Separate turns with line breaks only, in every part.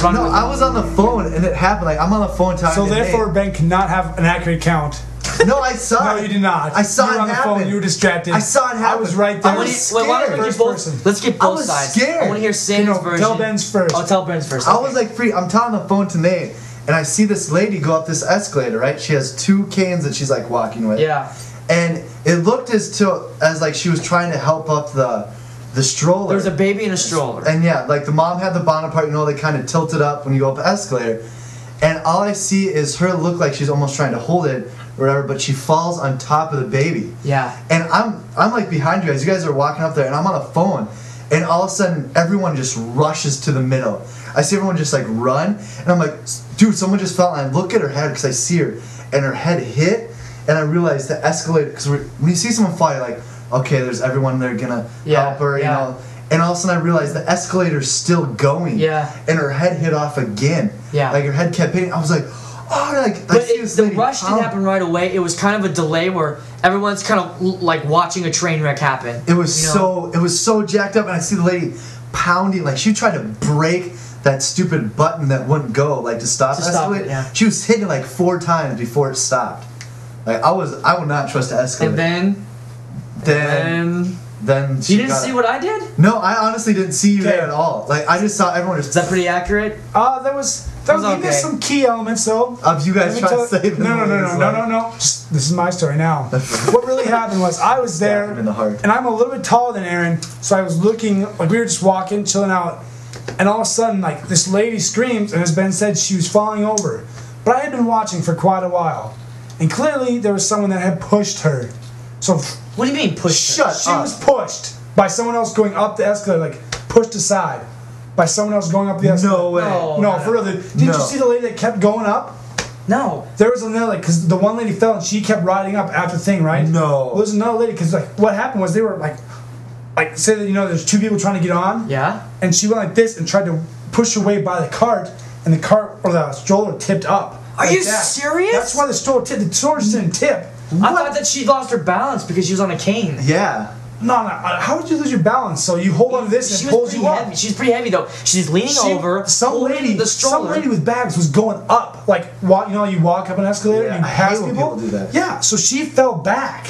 No, I was on the phone and it happened. Like I'm on the phone talking.
So
to Nate.
therefore, Ben cannot have an accurate count.
no, I saw.
No,
it.
you did not.
Uh, I saw
you were
it
on the
happen.
phone. You were distracted.
I saw it
I
happen.
was right there.
I
Why
was
don't you- wait, why don't we
scared.
First
do both?
person.
Let's get
I
both
was
sides.
scared.
I want to hear Sam's
Keno,
version.
tell Ben's first.
I'll tell Ben's first.
I
okay.
was like free. I'm talking on the phone to Nate, and I see this lady go up this escalator. Right, she has two cans that she's like walking with.
yeah.
and it looked as to as like she was trying to help up the the stroller.
There was a baby in a stroller.
And yeah, like the mom had the bonnet part, you know, they kind of tilt it up when you go up an escalator. And all I see is her look like she's almost trying to hold it or whatever, but she falls on top of the baby.
yeah.
And I'm I'm like behind you guys. You guys are walking up there, and I'm on a phone. And all of a sudden, everyone just rushes to the middle. I see everyone just like run, and I'm like, dude, someone just fell. And I look at her head because I see her, and her head hit. And I realized the escalator because when you see someone fall, you're like, okay, there's everyone there gonna
Yeah,
help her,
yeah.
you know. And all of a sudden, I realized the escalator's still going.
Yeah.
And her head hit off again.
Yeah.
Like her head kept hitting. I was like, oh, like I
But
see
it,
this
the
lady
rush
pound-
didn't happen right away. It was kind of a delay where everyone's kind of l- like watching a train wreck happen.
It was
you know?
so it was so jacked up, and I see the lady pounding like she tried to break that stupid button that wouldn't go like to stop.
To stop
escalate.
it, yeah.
She was hitting it like four times before it stopped. Like I was, I would not trust the escalator.
And then,
then,
and
then she
you didn't
got
see
it.
what I did. Is
No, I honestly didn't see you there
Okay.
at all. Like I just saw everyone just
that pretty accurate?
Uh, that was. That
It was
was you missed
okay.
some key elements though.
of you
Let
guys
me
trying to
tell-
save.
no, no, no, no, no, no, no. Shh, This is my story now. what really happened was I was there,
him in the heart.
and I'm a little bit taller than Aaron, so I was looking like we were just walking, chilling out, and all of a sudden, like this lady screams, and as Ben said, she was falling over. But I had been watching for quite a while, and clearly there was someone that had pushed her. So
What do you mean push?
Shut
she
up.
was pushed by someone else going up the escalator, like pushed aside by someone else going up the escalator.
No way.
No.
No, for real. Did not
No.
you see the lady that kept going up?
No.
There was another like because the one lady fell and she kept riding up after the thing, right?
No.
There was another lady because like what happened was they were like, like say that you know there's two people trying to get on.
Yeah.
And she went like this and tried to push away by the cart, and the cart or the stroller tipped up.
Are
like
you serious?
That's why the stroller tipped. The stroller just didn't tip.
I thought that she lost her balance because she was on a cane.
Yeah.
No, no. uh, How would you lose your balance? So you hold on to this
She
and it
was
pulls
pretty
you
heavy.
up.
She's pretty heavy though. She's leaning
She-
over.
Some
holding
lady,
the
some
stroller.
lady with bags was going up. Like, wa- you know, you walk up an escalator
Yeah,
and
I
you
hate
pass
when
people.
people do that.
Yeah. So she fell back.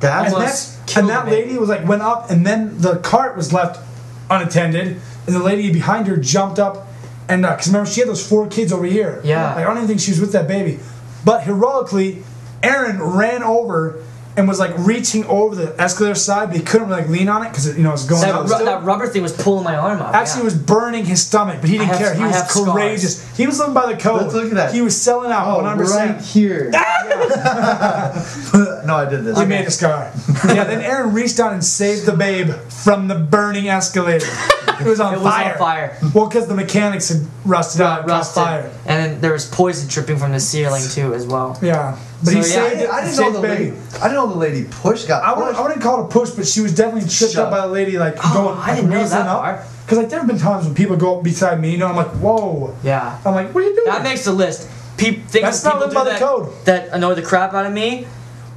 That was
and
Almost
that,
killed
and that
me.
lady was like went up and then the cart was left unattended and the lady behind her jumped up and because remember she had those four kids over here
Yeah.
like, i don't even think she was with that baby but heroically aaron ran over and was like reaching over the escalator side but he couldn't like lean on it because you know it was going
that,
up
ru-
still.
that rubber thing was pulling my arm up.
Actually, it was burning his stomach, but he didn't
have-
care. He
I
was
have scars.
courageous. He was living by the code.
Let's look at that.
He was selling out
Oh,
100%.
right here. no, I did this.
He made a scar. yeah, then Aaron reached down and saved the babe from the burning escalator. It was on
It was on
fire.
fire.
Well, because the mechanics had rusted out and
rusted.
rusted. uh, fire.
And then there was poison dripping from the ceiling too, as well.
Yeah. But he
So, yeah,
I
saved,
didn't,
it.
I didn't know
saved
the
the baby.
lady. I didn't know the lady push got
I
pushed.
wouldn't, I wouldn't call it a push, but she was definitely tripped
Shove.
up by the lady, like going.
Oh, I didn't know
raising
that
up.
part.
Because like there have been times when people go up beside me, you know, I'm like, whoa.
Yeah.
I'm like, what are you doing?
That makes the list. Peop things
That's
that
not
people do
living by the
that,
code.
that annoy the crap out of me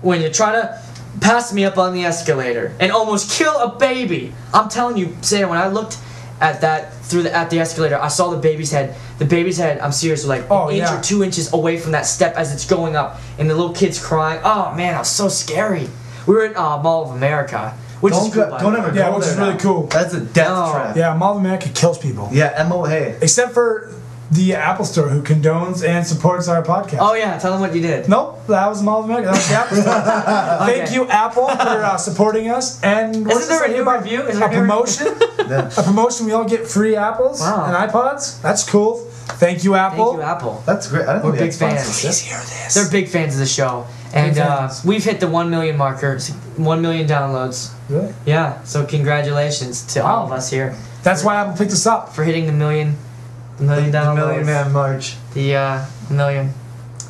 when you try to pass me up on the escalator and almost kill a baby. I'm telling you, Sam, when I looked at that through the at the escalator, I saw the baby's head. The baby's head, I'm serious, like
Oh,
an inch
yeah.
or two inches away from that step as it's going up, and the little kid's crying. Oh man, that was so scary. We were at uh, Mall of America, which
Don't
is cool,
go-
by
don't
the way.
ever
yeah,
go
which
there
is really
now.
cool.
That's a death
No.
trap.
yeah, Mall of America kills people.
Yeah, M O A.
Except for the Apple Store, who condones and supports our podcast.
Oh yeah, tell them what you did.
Nope, that was Mall of America. That was the Apple Store. Thank
Okay.
you, Apple, for uh, supporting us. And what's
there
this
a
thing
new
about
review? Is
a
there a new
promotion?
Yeah.
a promotion. We all get free apples
Wow.
and iPods. That's cool. Thank you, Apple.
Thank you, Apple.
That's great. I don't
We're
think
big
that's
fans.
Please hear this.
They're big fans of the show, and
Big
uh,
fans.
we've hit the one million marker, s- one million downloads.
Really?
Yeah, so congratulations to all
Wow.
of us here
That's why Apple picked us up.
for hitting the million, the million
The
downloads,
Million Man March.
the uh, million.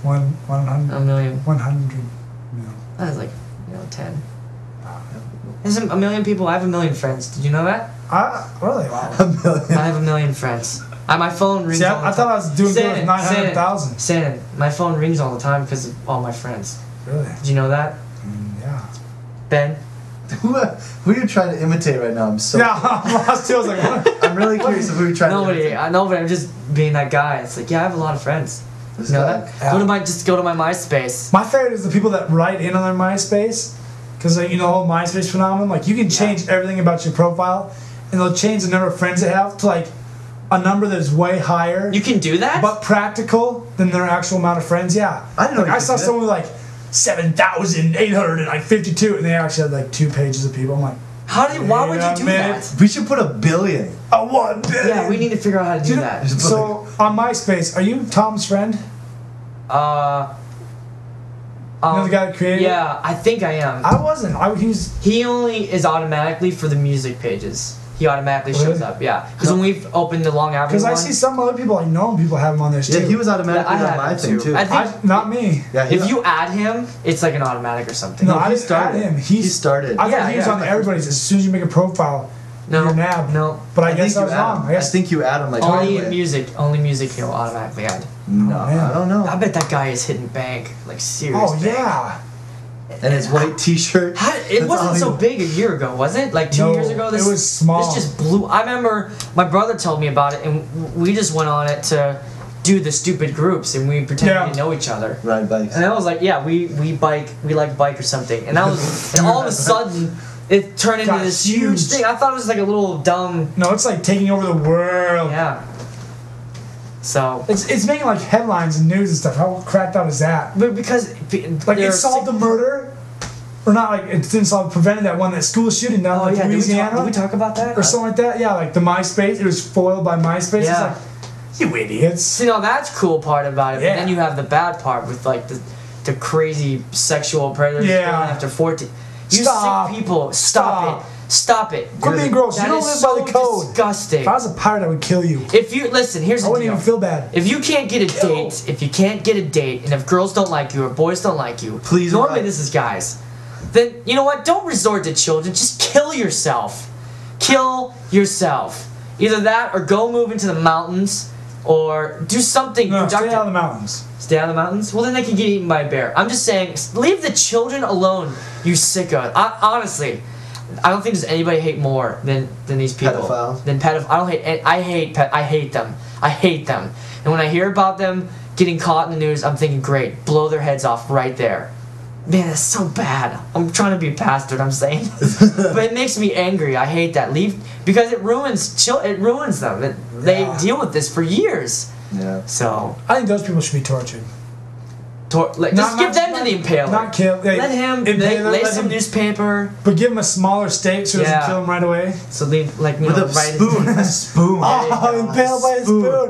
One, one
A
hundred,
million.
one hundred mil.
That's like, you know, ten. Isn't a million people? I have a million friends. Did you know that?
Ah, really?
A
Wow.
million.
I have a million friends. I, my phone rings
See,
all the
I, I
time.
thought I was doing good
Shannon,
with nine hundred
Shannon,
thousand.
Shannon, my phone rings all the time because of all my friends.
Really?
Did you know that?
Mm, Yeah.
Ben?
who, uh, who are you trying to imitate right now? I'm so.
Yeah, I lost two. I was like, what?
I'm really curious if we were trying to.
Nobody.
imitate
I, nobody. I'm just being that guy. It's like, yeah, I have a lot of friends.
this
You know
guy.
that?
Yeah.
Go to my, just go to my MySpace.
My favorite is the people that write in on their MySpace, because like you know the whole MySpace phenomenon. Like you can change everything about your profile, and they'll change the number of friends they have to like a number that's way higher,
You can do that?
but practical than their actual amount of friends. Yeah,
I didn't know
Like,
you
I
could
saw
do that.
someone with like seven thousand eight hundred and like fifty two, and they actually had like two pages of people. I'm like,
How do you, why would
Yeah,
you do
man.
that?
We should put a billion.
a one billion.
Yeah, we need to figure out how to do
Dude,
that.
So on MySpace, are you Tom's friend?
Uh.
You know
um,
the guy that created it?
Yeah, I think I am.
I wasn't. I he's
He only is automatically for the music pages. He automatically shows
Really?
up. Yeah, because when we've opened the Long Avenue
because I
one,
see some other people I know people have him on theirs
Yeah,
too.
he was automatically
Yeah, I
on my
have
thing
too.
too.
I think-
I, not me.
yeah, he-
if you add him, it's like an automatic or something.
No,
he
I just added
started.
him.
He
He's,
started.
I thought
Yeah,
he was
yeah.
on everybody's. As soon as you make a profile,
No,
you're nabbed.
no.
But I,
I
guess
think
I
you
was
add
wrong.
him.
I
I
guess
think you add him like
Only
right
in
away.
music, only music he'll automatically add.
No,
Oh, man.
I don't
I
know.
bet that guy is hidden bank, like serious.
Oh
bank.
yeah.
And his white T-shirt.
How, it
That's all
wasn't
he-
so big a year ago, was it? Like two
No,
years ago, this
it was small.
This just blew. I remember my brother told me about it, and we just went on it to do the stupid groups, and we pretended
Yeah.
we didn't know each other.
Ride bikes.
And I was like, yeah, we we bike, we like bike or something. And that was, and all of a sudden, it turned into
Got
this
huge.
huge thing. I thought it was like a little dumb,
No, it's like taking over the world.
yeah. So,
It's it's making like headlines and news and stuff. How cracked out is that?
but because be-
Like
there
it
are
solved
six-
the murder, or not? Like it didn't solve prevented that one that school shooting down
Oh
like
yeah, did we,
Louisiana
talk, did we talk about that?
or something like that. Yeah, like the MySpace. It was foiled by MySpace.
Yeah.
It's like you idiots.
See, now that's cool part about it.
Yeah.
But then you have the bad part with like the the crazy sexual predators
Yeah.
going after fourteen. You
Stop.
sick people, stop, it, stop it.
Quit being gross.
That
you don't
is
live
so
by the code.
Disgusting.
If I was a pirate, I would kill you.
If you listen, here's
I
the
wouldn't
deal.
even feel bad.
If you can't get a
Yo.
date, if you can't get a date, and if girls don't like you or boys don't like you,
Please
Normally,
write.
this is guys. Then you know what? Don't resort to children. Just kill yourself. Kill yourself. Either that, or go move into the mountains, or do something
No, stay
productive.
out of the mountains.
Stay out of the mountains. Well, then they can get eaten by a bear. I'm just saying, s- leave the children alone. You sicko. I, honestly, I don't think there's anybody I hate more than than these people.
Pedophiles.
Than pedophiles. I don't hate. an- I hate. Ped- I hate them. I hate them. And when I hear about them getting caught in the news, I'm thinking, great, blow their heads off right there. Man, that's so bad. I'm trying to be a pastor. I'm saying, but it makes me angry. I hate that. Leave because it ruins. Chil- it ruins them. It, they
Yeah.
deal with this for years.
Yeah.
So
I think those people should be tortured.
Tor- like,
Not-
just give
not-
them
not-
to the impaler.
not kill- they-
let him
if
lay,
they- let-
lay
let
some
him-
newspaper.
But give him a smaller stake so he
Yeah.
doesn't kill him right away.
So they like you
With
know,
a
right-
spoon. A spoon.
Oh, impaled by a
Spoon.
spoon.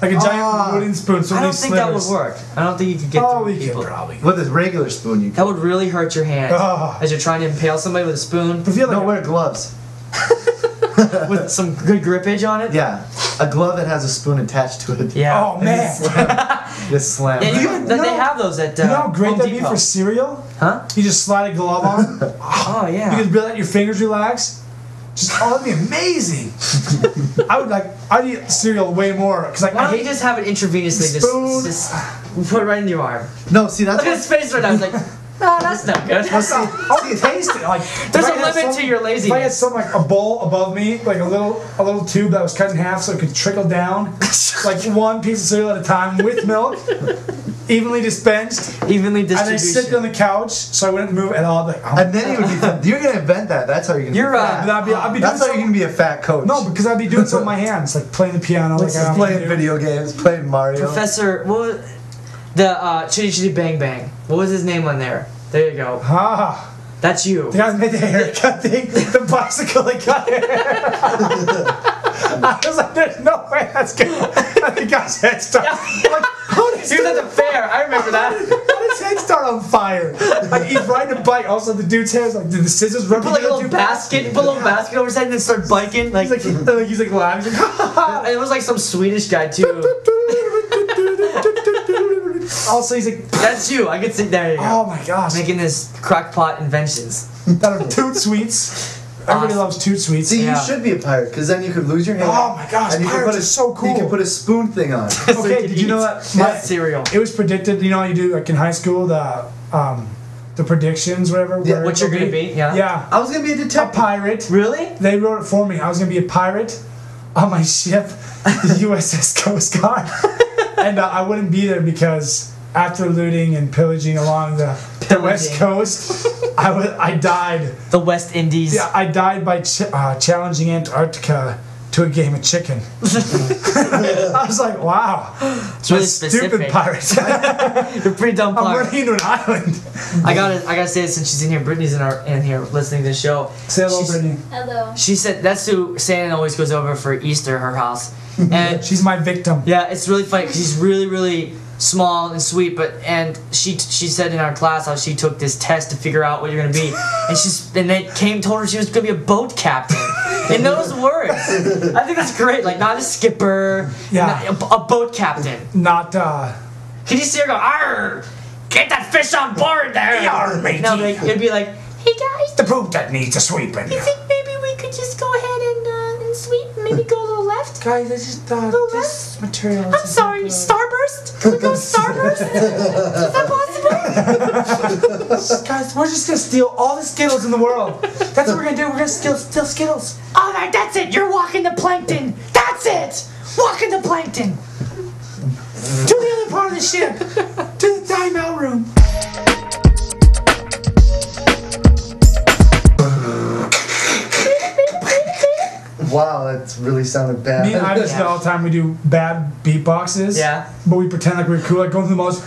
Like a giant
Ah.
wooden spoon. So
I
many
don't think that would
slivers.
work. I don't think you could get
Oh,
three
we could
people.
probably.
With a regular spoon, you.
That would really hurt your hand
Ah.
as you're trying to impale somebody with a spoon
I feel like
No, wear gloves.
with some good grippage on it.
Yeah, a glove that has a spoon attached to it.
Yeah.
Oh man!
Just slam.
Yeah,
it.
you,
You
they- they
know-
have those at uh,
you know how great
Home
that'd be
Depot.
for cereal?
huh?
You just slide a glove on.
Oh
You
yeah.
just let your fingers relax. Just oh, that'd be amazing. I would like. I'd eat cereal way more because like
Why
I
don't you
hate
just have it intravenously?
Spoon.
Just, just put it right in your arm.
no, see that's
Look at
what,
his face right now. He's like, nah, that's not good.
I'll oh, taste it. Like
There's
if
a
I had
limit to your
If I had
laziness.
some like a bowl above me, like a little a little tube that was cut in half so it could trickle down, like one piece of cereal at a time with milk, evenly dispensed,
Evenly
and I sit on
distributed.
the couch so I wouldn't move at all. Like oh,
and then you would be. You're gonna invent that. That's how you're gonna.
You're,
be
uh,
fat.
and I'd be I'd be
That's how
doing
you're
something.
gonna be a fat coach.
No, because I'd be doing something with my hands, like playing the piano, like I
just
often
playing
do.
video games, playing Mario.
Professor, what was, the uh, Chitty Chitty Bang Bang? What was his name on there? There you go.
Ah.
That's you.
The guy that made the haircut thing, the bicycle that cut hair. I was like, there's no way that's good. And the guy's head start. Like, how does
He was at the fair. I remember that.
how does head start on fire? Like he's riding a bike. Also, the dude's hair's like, did the scissors rub
Put like a
together
little
too fast?
basket, put a little basket over his head, and then start biking. Like, ah,
He's like, he's like, he's like laughing. He's like, ha ha
and it was like some Swedish guy too.
ha. also, he's like,
That's you. I could sit there. You
oh
go.
my gosh,
Making this crackpot inventions.
that are toot sweets. Everybody
Awesome.
loves toot sweets.
See,
Yeah.
you should be a pirate, because then you could lose your hand.
Oh my gosh,
and you could put
pirates
a,
are so
You
cool.
could put a spoon thing on.
So
Okay,
you
did you know
eat
that my-
cereal?
It was predicted, you know, how you do like in high school the um, the predictions, whatever.
Yeah,
where
what you're
it'll
gonna be, yeah.
Yeah,
I was gonna be a
a
detective.
pirate.
Really?
They wrote it for me. I was gonna be a pirate on my ship, the USS Coast Guard, and uh, I wouldn't be there because after looting and pillaging along the, the West
Pillaging.
Coast, I wa- I died.
The West Indies.
Yeah, I died by ch- uh, challenging Antarctica to a game of chicken. I was like, wow,
It's really specific.
stupid pirate.
You're pretty dumb
I'm
pirate.
running into an island.
I gotta, I gotta say this since she's in here. Brittany's in our, in here listening to the show.
Say hello,
She's-
Brittany.
Hello.
She said that's who Santa always goes over for Easter, her house. And
She's my victim.
yeah, it's really funny 'cause she's really, really small and sweet. But and she she said in our class how she took this test to figure out what you're gonna be, and she's and they came told her she was gonna be a boat captain. In those words, I think that's great. Like not a skipper,
Yeah.
not- a, a boat captain.
Not, uh,
Can you see her go? Arr, get that fish on board there.
Yarr, matey."
no, like, it'd be like, hey guys,
the poop that needs a sweeping.
I think maybe we could just go ahead and, uh, and sweep, maybe go a little left.
Guys, I just, uh,
The
this material.
I'm sorry, starburst? Can we go starburst? Is that possible?
Guys, we're just gonna steal all the Skittles in the world. That's what we're gonna do. We're gonna steal, steal Skittles.
Alright, that's it. You're walking the plankton. That's it. Walking the plankton.
To the other part of the ship. To the timeout room.
Wow, that really sounded bad.
Me and I just do it all the time. We do bad beatboxes.
Yeah.
But we pretend like we're cool, like going through the most.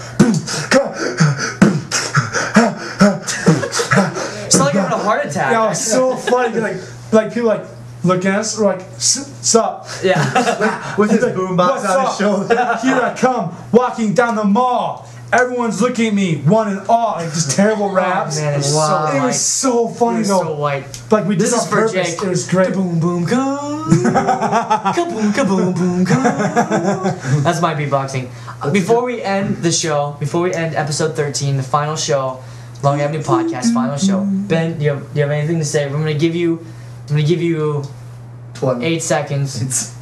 It's not like I'm having a heart attack.
Yeah, it was so funny. Like, like people like looking at us, we're like, sup.
Yeah.
With his
Like,
boombox
"What's
on his shoulder.
up?" Here I come, walking down the mall. Everyone's looking at me, one and all, like just terrible raps.
Oh, man, it's so
It
white.
was so funny
You're
though.
so white.
like we did
This
it
is
on
for
purpose.
Jake.
It was great.
Boom, boom, go. kaboom, kaboom, boom, go. That's my beatboxing. Uh, Before we end the show, before we end episode 13, the final show, Long Avenue Podcast, final show. Ben, do you have, do you have anything to say? I'm gonna give you, I'm gonna give you
Twenty.
eight seconds.
It's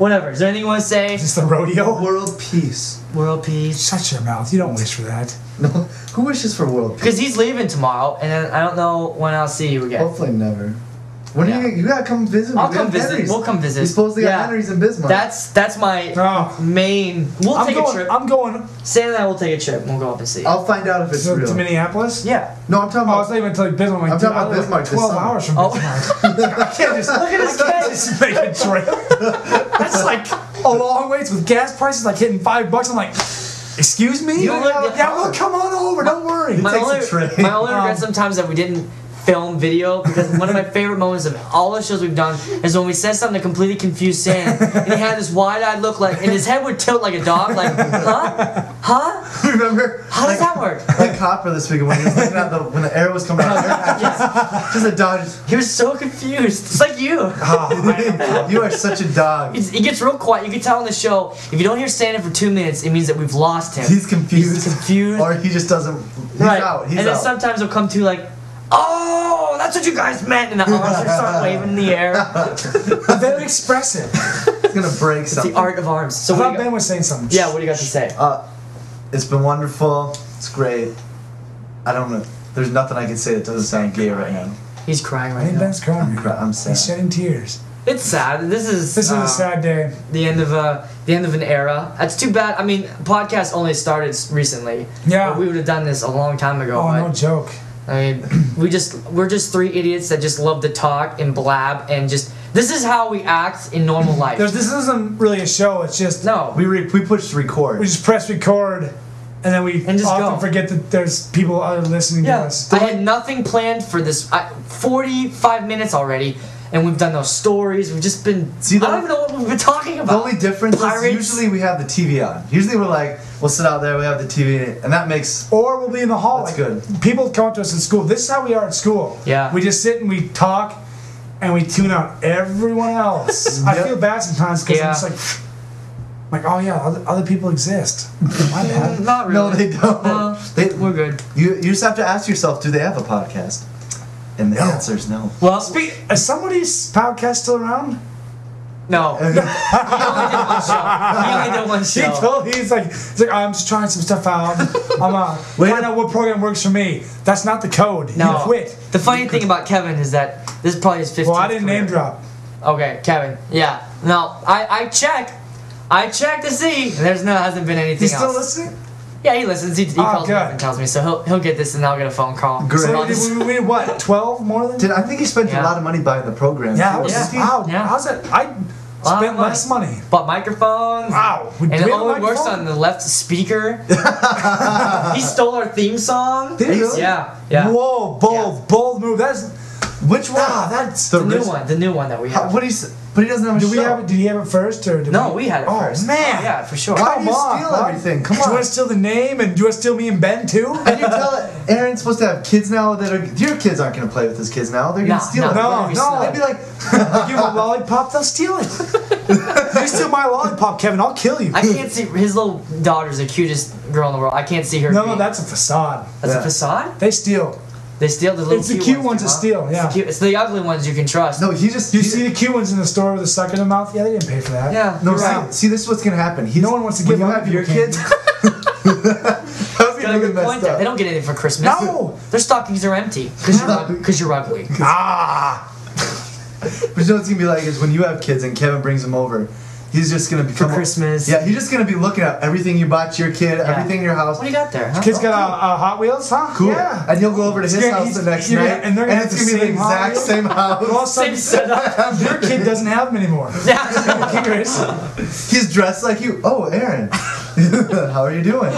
Whatever. Is there anything you want to say?
Just the rodeo.
world peace.
World peace.
Shut your mouth. You don't wish for that.
No, who wishes for world peace?
Because he's leaving tomorrow, and then I don't know when I'll see you again.
Hopefully never. When
Yeah.
are you? You gotta come visit. me.
I'll
We got
come visit.
Henry's.
We'll come visit.
We supposedly got
Yeah.
Henry's in Bismarck.
That's that's my
Oh.
main. We'll
I'm
take
going.
a trip.
I'm going
Sam and I will take a trip. and We'll go up and see.
I'll find out if it's
to, to
real.
Minneapolis.
yeah.
No, I'm talking
Oh,
about.
it's not even until Bismarck. I'm,
I'm
like,
talking
dude, I
about
live
Bismarck this
Twelve
summer.
hours from
Oh.
Bismarck. I can't just look
at his
Just make a trip. That's like a long ways with gas prices like hitting five bucks. I'm like, excuse me.
You only-
yeah, we'll come on over. Don't worry.
My
takes
only,
a trip.
my only regret
Um,
sometimes that we didn't film video because one of my favorite moments of all the shows we've done is when we said something to completely confuse Sam and he had this wide-eyed look like and his head would tilt like a dog like huh huh
Remember?
how does that work
Like Copper this weekend when he was looking at the when the arrow was coming out. Just, just a dog. just,
he was so confused it's like you
"Ah."
you are such a dog.
It's- it gets real quiet you can tell on the show if you don't hear Santa for two minutes it means that we've lost him
He's
He's
confused.
confused.
Or he just doesn't. He's
right.
out. He's
and then
out.
sometimes he'll come to like, oh, that's what you guys meant, and the arms will start waving in the air.
Very expressive.
He's gonna break something.
The art of arms. So
I
what
thought
do you
Ben
got,
was saying something.
yeah, what do you got to say?
Uh, it's been wonderful. It's great. I don't know. There's nothing I can say that doesn't sound gay right now.
He's crying
I
right
think
now.
Ben's crying.
I'm, cry- I'm sad. Um,
He's shedding tears.
It's sad. This is
This
uh,
is a sad day.
the end of uh, the end of an era. That's too bad. I mean, podcast only started s- recently.
Yeah.
But we would have done this a long time ago.
Oh, no
but,
joke.
I mean, we just we're just three idiots that just love to talk and blab and just this is how we act in normal life.
There's, this isn't really a show. It's just
no.
We re- we pushed record.
we just press record, and then we
And just
often
go.
forget that there's people out there listening to
Yeah,
us.
I had nothing planned for this. I, Forty-five minutes already, and we've done those stories. We've just been.
See, the-
I don't even know what we've been talking
the
about.
only difference
Pirates.
is usually we have the TV on. Usually we're like, we'll sit out there, we have the TV, and that makes.
Or we'll be in the hall.
That's
good. People come up to us in school. This is how we are at school.
Yeah.
We just sit and we talk, and we tune out everyone else. I
Yep.
feel bad sometimes because
Yeah.
I'm just like, like, oh yeah, other, other people exist. My bad.
Not really.
No, they don't.
No,
They-
we're good.
You you just have to ask yourself, do they have a podcast? And the answer is no.
Well,
Speak, is somebody's podcast still around?
no. he only did one show. He only did one
He
show.
told he's like, he's like, I'm just trying some stuff out. I'm uh,
Wait.
find out what program works for me. That's not the code.
No.
You quit.
The funny thing about Kevin is that this is probably his 15th
Well, I didn't
career.
name drop.
Okay, Kevin. Yeah. No, I, I checked. I checked to see. There's no hasn't been anything
He's still
else.
listening.
Yeah, he listens. He, he
Oh,
calls me up
good.
and tells me, so he'll he'll get this, and I'll get a phone call.
Great.
So
About
we,
this-
did, we, we did what? Twelve more than?
Did I think he spent
Yeah.
a lot of money buying the program?
yeah, I
too.
was
Yeah.
just wow.
Yeah.
How's it? I
Lot of
spent
money.
less money.
Bought microphones.
Wow. We
And
did
it
a
only works
microphone?
on the left speaker. he stole our theme song.
Did he really?
Yeah. Yeah.
Whoa, bold, bold move. That's
Which one?
ah, that's.
The
The new
original-
one. The new one that we
How,
have.
what do you? s- But he doesn't have a
Do
show.
we have it? Did he have it first or? Did
No, we had it
Oh,
first.
man.
Oh, yeah, for sure.
Why
Come
do you
on,
steal
bud.
everything? Come
Do you
on.
want to steal the name and do you want to steal me and Ben too?
Can you tell it? Aaron's supposed to have kids now that are your kids aren't gonna play with his kids now. They're
Nah,
gonna steal
nah,
it.
we're gonna be
No, no,
slow.
They'd be like,
Give him a lollipop, they'll steal it. you steal my lollipop, Kevin, I'll kill you.
I can't see his little daughter's the cutest girl in the world. I can't see her.
no, no,
being-
that's a facade.
that's
Yeah.
a facade.
They steal.
They steal the little.
It's the cute ones
too,
that
huh?
steal,
It's the
yeah.
cute- It's the ugly ones you can trust.
no, he just
Do you see the cute ones in the store with the suck in their mouth? Yeah, they didn't pay for that.
Yeah.
No,
you're
see,
right.
see, this is what's gonna happen. He's,
No one wants to
when you
give up
have your
your
kids. that would
Got
be
a
really
good point
messed
there. They
up.
don't get anything for Christmas.
No!
Their stockings are empty because you're ug- 'cause you're ugly.
Ah!
But you know what's gonna be like is when you have kids and Kevin brings them over, he's just gonna become
Christmas.
Yeah, he's just gonna be looking at everything you bought your kid, everything in your house.
What do you got there? Huh?
Kids got a, a Hot Wheels, huh?
Cool.
Yeah.
And you'll go over to his
Yeah,
house
he's-
the next
you're
night,
gonna- and they're gonna
it's
have
gonna
the
be the
same
exact
house.
same
Well, all of a
house.
Same
sudden,
setup.
your kid doesn't have them anymore.
Yeah.
Kickers.
He's dressed like you. Oh, Aaron, how are you doing?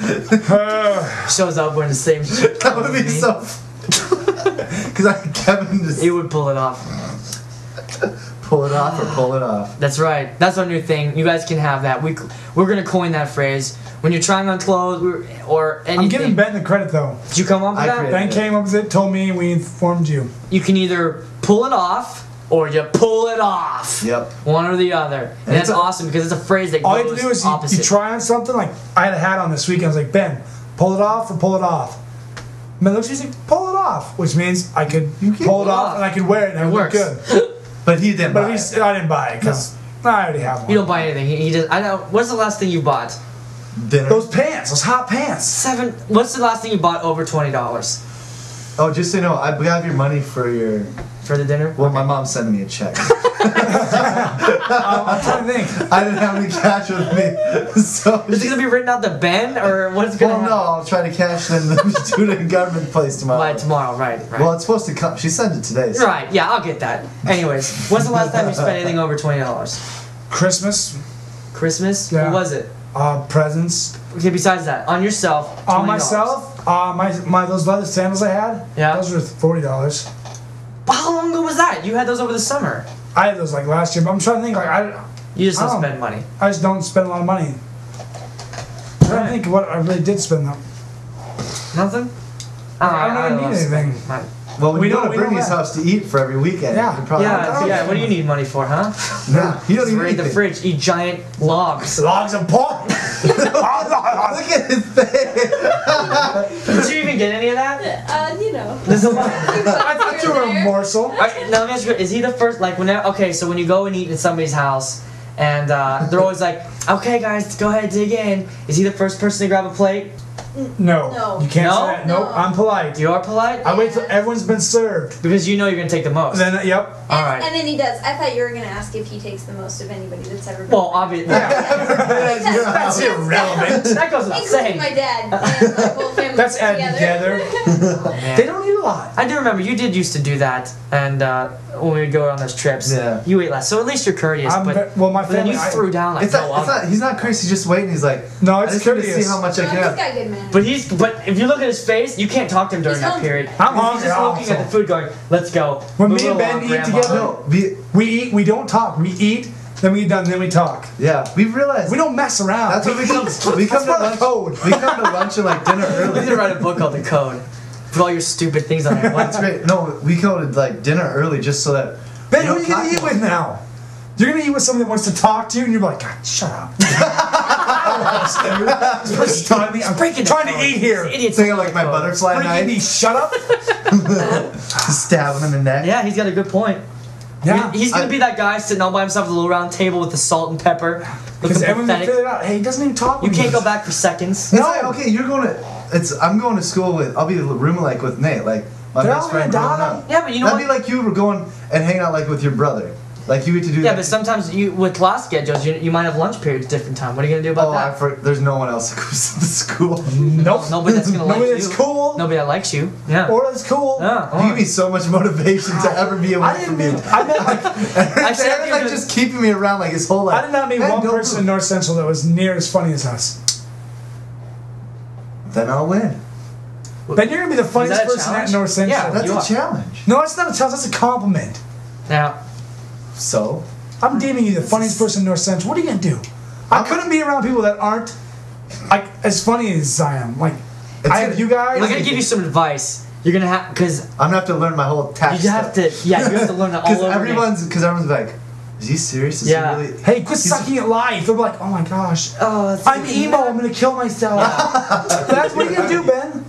Uh,
Shows up wearing the same. shit
That would be
as me.
so. Because I Kevin just
He would pull it off.
pull it off or pull it off.
That's right. That's our new thing. You guys can have that. We we're gonna coin that phrase when you're trying on clothes or, or anything.
I'm giving Ben the credit though.
Did you come up with
I
that?
created
Ben came up with it, told me, we informed you.
You can either pull it off or you pull it off.
Yep.
One or the other. And, that's
it's a-
awesome because it's a phrase that
All you
goes
have to do is you,
opposite.
you try on something. Like I had a hat on this weekend. I was like, Ben, pull it off or pull it off. Man looks at me, he's like, pull it off, which means I could pull,
can
it off and I could wear it and it,
It
would look
works.
good.
But he didn't.
But
buy
at
it.
least I didn't buy it because I already have one.
You don't buy anything. He, he does. I don't. What's the last thing you bought?
dinner.
those pants, those hot pants.
Seven. What's the last thing you bought over twenty dollars
oh, just so you know, I we have your money for your.
for the dinner?
Well, my mom sent me a check.
I'm trying to think.
I didn't have any cash with me, so.
Is it gonna be written out to Ben or what's gonna
Well, no,
happen?
I'll try to cash in the student government place tomorrow.
By tomorrow, right? Right.
Well, it's supposed to come. She sent it today. So.
Right, yeah, I'll get that. Anyways, when's the last time you spent anything over twenty dollars?
Christmas
Christmas?
Yeah.
What was it?
uh, presents
Okay, besides that, on yourself.
on
$20.
myself. Uh, my my those leather sandals I had.
Yeah.
Those were forty dollars.
But How long ago was that? You had those over the summer.
I had those like last year, but I'm trying to think. Like I,
You just
Oh.
don't spend money.
I just don't spend a lot of money. I'm trying to think what I really did spend though.
Nothing? Uh,
I don't even need
spend
anything.
money.
Well, when
We
you go to
don't- we don't
Brittany's
have-
house to eat for every weekend.
Yeah.
you probably
I
Yeah,
don't
yeah.
need
What do you need money for, huh?
Nah, you don't
Just
even
raid the
anything.
fridge, eat giant logs.
Logs of pork.
Look at his face.
Did you even get any of that?
Uh, you know.
There's a lot.
I thought you were a morsel.
All right, now let me ask you, is he the first, like, whenever, okay, so when you go and eat at somebody's house, and uh, they're always like, okay, guys, go ahead, dig in. Is he the first person to grab a plate?
No.
No.
You can't
No?
say that. Nope.
No.
I'm polite.
You are polite?
I wait till everyone's been served.
Because you know you're gonna take the most.
Then, uh, yep.
All right.
And then he does. I thought you were gonna ask if he takes the most of anybody that's ever been.
well, obviously,
That's
irrelevant.
that goes without
Including
saying.
my dad. And my whole family
That's added together. They
Man.
don't eat a lot.
I do remember you did used to do that, and uh, when we would go on those trips,
Yeah.
you ate less. So at least you're courteous.
I'm
but
ve- well, my
but then
family.
you
I-
threw down like
It's
no
not, it's
other.
not, he's not crazy, he's just waiting. He's like,
No,
I
it's
just need to
curious.
see how much I
No,
can
he's
have.
got good manners.
But he's but if you look at his face, you can't talk to him during
He's
that
hungry.
period.
I'm
He's just
hungry
looking at the food, going, "Let's go."
When
Move
me and
along,
Ben eat
Grandma."
together-
No, we,
We eat. We don't talk. We eat. Then we get done. Then we talk.
yeah, we've realized.
We don't mess around.
that's what we come, we come to
That's part of
lunch.
the code.
We come to lunch and like dinner
we
early.
need to write a book called The Code. Put all your stupid things on it.
That's great. No, we go to like dinner early just so that.
Ben,
we
who are
don't
you gonna
talk
eat
much.
with now? You're gonna eat with someone that wants to talk to you, and you're like, God, shut up. this person's talking to me. I'm
Breaking the
trying to
phone.
eat here.
This Idiot's
Thinking
on
like my
phone.
butterfly
What do you mean,
knife,
Shut up.
stab him in the neck.
Yeah, he's got a good point.
Yeah.
He's gonna
I-
be that guy sitting all by himself at the little round table with the salt and pepper, looking
Because everyone's gonna
pathetic.
figure it out. Hey, he doesn't even talk.
You
when he
can't go
does.
back for seconds.
It's like, okay, you're going to. It's I'm going to school with. I'll be the room like with Nate, like my
They're
best
all
friend.
gonna
growing
die.
up.
Yeah, but you know
That'd
what?
be like you were going and hanging out like with your brother. Like you get to do.
yeah,
that.
but sometimes you with class schedules, you, you might have lunch periods different time. What are you gonna do about
oh, I
that?
for, there's no one else that goes to the school.
Nope.
Nobody that's gonna like
Nobody
you.
that's cool.
Nobody that likes you. Yeah.
Or that's cool.
yeah.
You give me so much motivation to ever be away
I didn't
from
mean.
you.
I meant like.
I said
Aaron's, like
you're
just keeping me around like his whole life.
I did not meet
Hey,
one
don't
person in
move.
North Central that was near as funny as us.
Then I'll win.
Then you're gonna be the funniest
that a
person at
challenge?
North Central.
Yeah,
That's
You
a
are.
challenge.
no, it's not a challenge. That's a compliment.
Now,
So
I'm deeming you the funniest person in North Central. What are you gonna do? I couldn't be around people that aren't like as funny as I am. Like
It's
I have
gonna-
you guys.
I'm gonna give you some advice. You're gonna have because
I'm gonna have to learn my whole tax.
you have to. Yeah, you have to learn it all
Because
over. again.
everyone's because everyone's like, is he serious? Is
Yeah.
He really?
Hey, quit sucking at life. They're like, oh my gosh,
Oh, it's
I'm emo. I'm gonna kill myself. That's what you're gonna do, Ben.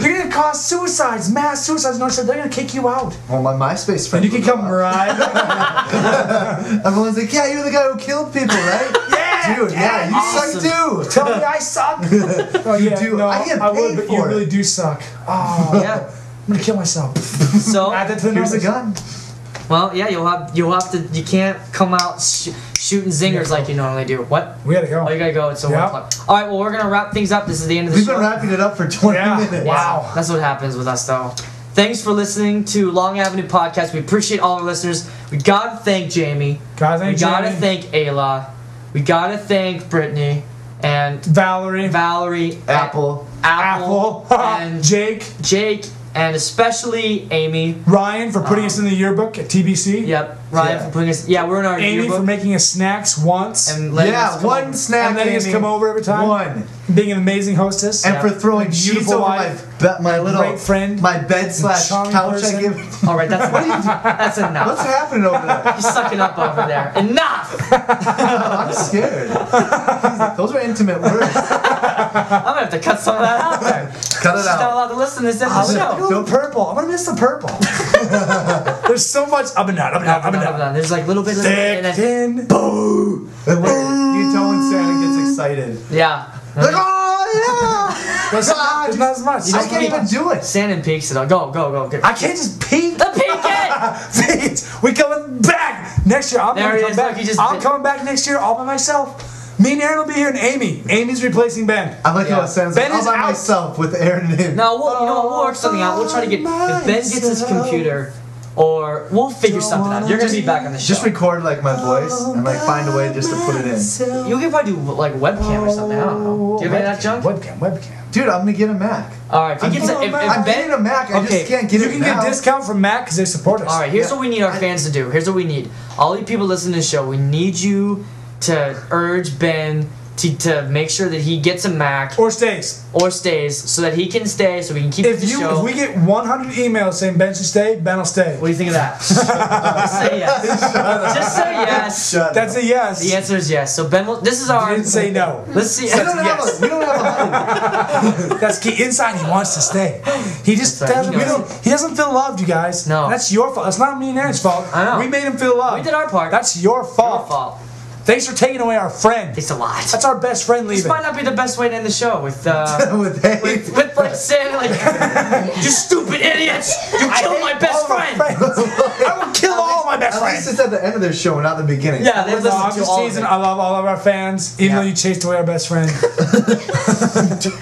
You're gonna cause suicides, mass suicides. in North Central. They're gonna kick you out,
Well, my MySpace friend.
and you can come right.
Everyone's like, yeah, you're the guy who killed people, right? yeah, dude, yeah, you
Awesome.
suck too.
Tell me I suck. oh, you
do.
No,
I get
would,
paid
but you
for it.
really do suck. Oh,
Yeah.
I'm gonna kill myself.
So
Add that to the
Here's a
numbers.
gun.
well, yeah, you'll have you'll have to. You can't come out sh- shooting zingers like you normally do. What?
We gotta go.
Oh, you gotta go. It's a
Yeah.
one o'clock. All right. Well, we're gonna wrap things up. This is the end of the
We've
show.
been wrapping it up for 20
Yeah.
minutes.
Wow.
That's what happens with us, though. Thanks for listening to Long Avenue Podcast. We appreciate all our listeners. We gotta thank Jamie.
Gotta thank
we gotta
Jamie.
thank Ayla. We gotta thank Brittany and
Valerie,
Valerie,
Apple.
Apple,
Apple,
and
Jake,
Jake, and especially Amy.
Ryan for
Uh,
putting us in the yearbook at TBC.
Yep, Ryan
Yeah.
for putting us. Yeah, we're in our
Amy
yearbook
for making us snacks once.
and letting us
Yeah,
come
one
over.
snack.
And letting us
Amy.
come over every time.
One.
being an amazing hostess.
And
Yeah.
for throwing
Beautiful
sheets over my,
wife.
be- my little
Great friend.
my bed slash
charming
couch
person.
I give.
All right, that's enough. that's enough.
What's happening over there?
You're sucking up over there. Enough.
I'm scared. Those are intimate words.
I'm gonna have to cut some of that out there.
Cut it
She's not
out.
allowed to listen to this in
Oh,
the show.
no, the purple. I'm gonna miss the purple. There's so much up and down, up and down,
Up and down, up
up and
and
down.
down. There's like a little bit of and
Thick,
then,
thin.
And when you tell when Santa gets excited.
yeah.
Like, oh yeah!
There's not there's not as much.
I can't even do it.
Sand and peaks it all. Go, go, go. Get.
I can't just pee.
The peak
Bitch, we coming back next year. I'm
There
gonna
he
come
is,
back.
look, he just
I'm
bit-
coming back next year all by myself. Me and Aaron will be here, and Amy. Amy's replacing Ben.
I like how
Yeah.
it sounds
Ben
like all
is
by
out.
myself with Aaron and him.
it. No, we'll, you know what, we'll work something out. We'll try to get. If Ben gets his computer, or we'll figure something out. You're gonna be back on the show.
Just record like my voice and like find a way just to put it in.
You can probably do like webcam or something. I don't know. Do you have any of that junk?
Webcam, webcam.
Dude, I'm gonna get a Mac.
All right. If he gets a, if,
I'm
if Ben,
getting a Mac. I
okay.
just can't get
You
it
can
now.
get a discount from Mac because they support us.
All right, here's
Yeah.
what we need our
I-
fans to do. Here's what we need. All you people listening to the show, we need you to urge Ben to, to make sure that he gets a Mac or,
Or stays.
stays so that he can stay so we can keep
If
the
you
show.
if we get 100 emails saying Ben should stay, Ben will stay.
what do you think of that? Just say yes. Just say yes.
Shut up.
That's a yes.
The answer is yes. So Ben, will, this is our.
I didn't say no.
Let's see.
We don't, have a, we don't have a hundred.
That's key. Inside, he wants to stay. He just
That's right,
doesn't.
he
we
knows.
don't, he doesn't feel loved, you guys.
No.
That's your fault. That's not me and Aaron's fault.
I know.
We made him feel loved.
We did our part.
That's your fault.
Your fault.
Thanks for taking away our friend.
It's a lot.
That's our best friend
this
leaving.
might not be the best way to end the show with uh,
with Dave.
with like saying like, you stupid idiots, you killed my best
All of our
friend.
friends. I will kill all my best
At least
friends.
it's at the end of their show, not the beginning.
Yeah, they
No,
listen
I'm
to
just
all. of
teasing.
it.
I love all of our fans, even
Yeah.
though you chased away our best friend.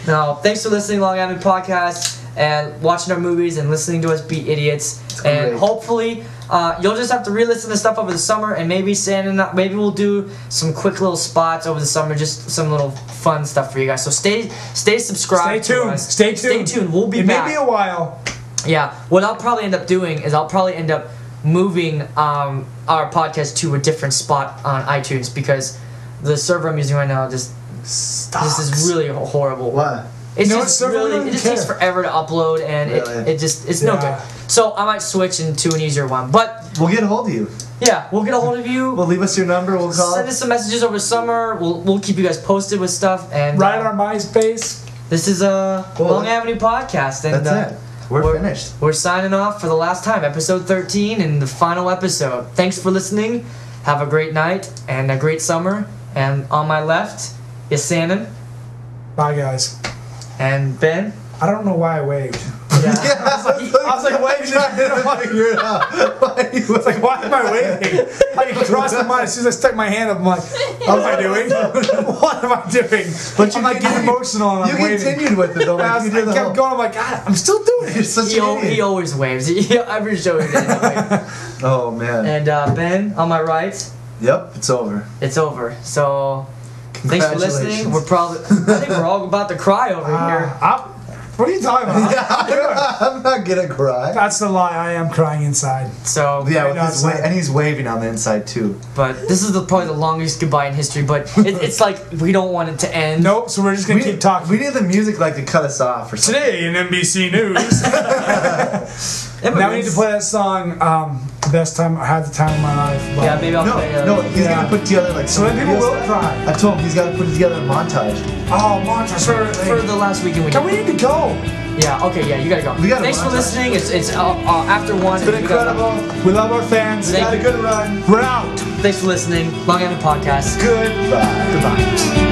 No, thanks for listening, Long Island Podcast, and watching our movies and listening to us be idiots. And
great.
hopefully, uh, you'll just have to re-listen to stuff over the summer, and maybe sand and I- maybe we'll do some quick little spots over the summer, just some little fun stuff for you guys. So stay, stay
Stay
subscribed. to
tuned.
us.
Stay tuned.
Stay tuned. We'll be
It
back.
may be a while.
yeah. What I'll probably end up doing is I'll probably end up moving um, our podcast to a different spot on iTunes because the server I'm using right now just this is really horrible.
What?
It's
No,
just
it's server
really,
doesn't
it just
care.
takes forever to upload, and
Really?
it, it just it's no
Yeah.
good. So I might switch into an easier one, but
We'll get a hold of you.
Yeah, we'll get a hold of you.
Well, leave us your number. We'll call.
Send us some messages over summer. We'll, we'll keep you guys posted with stuff. And uh,
Right on our MySpace.
this is a
Well,
Long Avenue podcast, and
That's
uh,
it. We're,
we're-
finished.
we're signing off for the last time, episode 13, and the final episode. Thanks for listening. Have a great night and a great summer. And on my left is Shannon
Bye, guys.
and Ben.
I don't know why I waved.
Yeah.
I was like, waving.
Figure it out.
It's like, why am I waving? Like, crossed my mind as soon as I stuck my hand up. I'm like, what am I doing? what am I doing?
But you
I'm like getting
continued-
emotional and
you
I'm waving.
continued with it though.
And I,
Like,
was,
you
I
did the
kept
whole,
going. I'm like, God, I'm still doing
You're
it.
such
he, al-
an
he
idiot.
always waves. He, every show he does, he waves.
Oh man.
And uh, Ben, on my right,
Yep, it's over.
it's over. So thanks for listening.
Congratulations. Ah.
We're probably, I think we're all about to cry over
Uh,
here.
I'm- what are you talking about?
I'm not gonna cry.
That's the lie. I am crying inside.
So,
Yeah, with
no,
his
it's
wa-
not.
and he's waving on the inside too.
but this is the, probably the longest goodbye in history. But it, it's like we don't want it to end.
Nope. So we're just gonna
We,
keep talking.
we need the music like to cut us off or something.
Today in NBC News. now we need to
Immigrants.
play that song. Um, best time I had the time of my life. by-
Yeah, maybe I'll
No,
play. Uh,
no, he's
Yeah.
gonna put together like
So then people
videos.
will cry.
I told him he's gotta put together a montage.
Oh, Montrose.
for, for the last weekend we
Now
can.
we need to go.
Yeah. Okay. Yeah. You gotta go.
We gotta
Thanks for
monetize.
listening. It's it's uh, uh, after one.
It's been incredible.
We love our fans.
Thank
Had a
you.
good run.
We're out.
Thanks for listening. Long Island Podcast.
Goodbye.
Goodbye.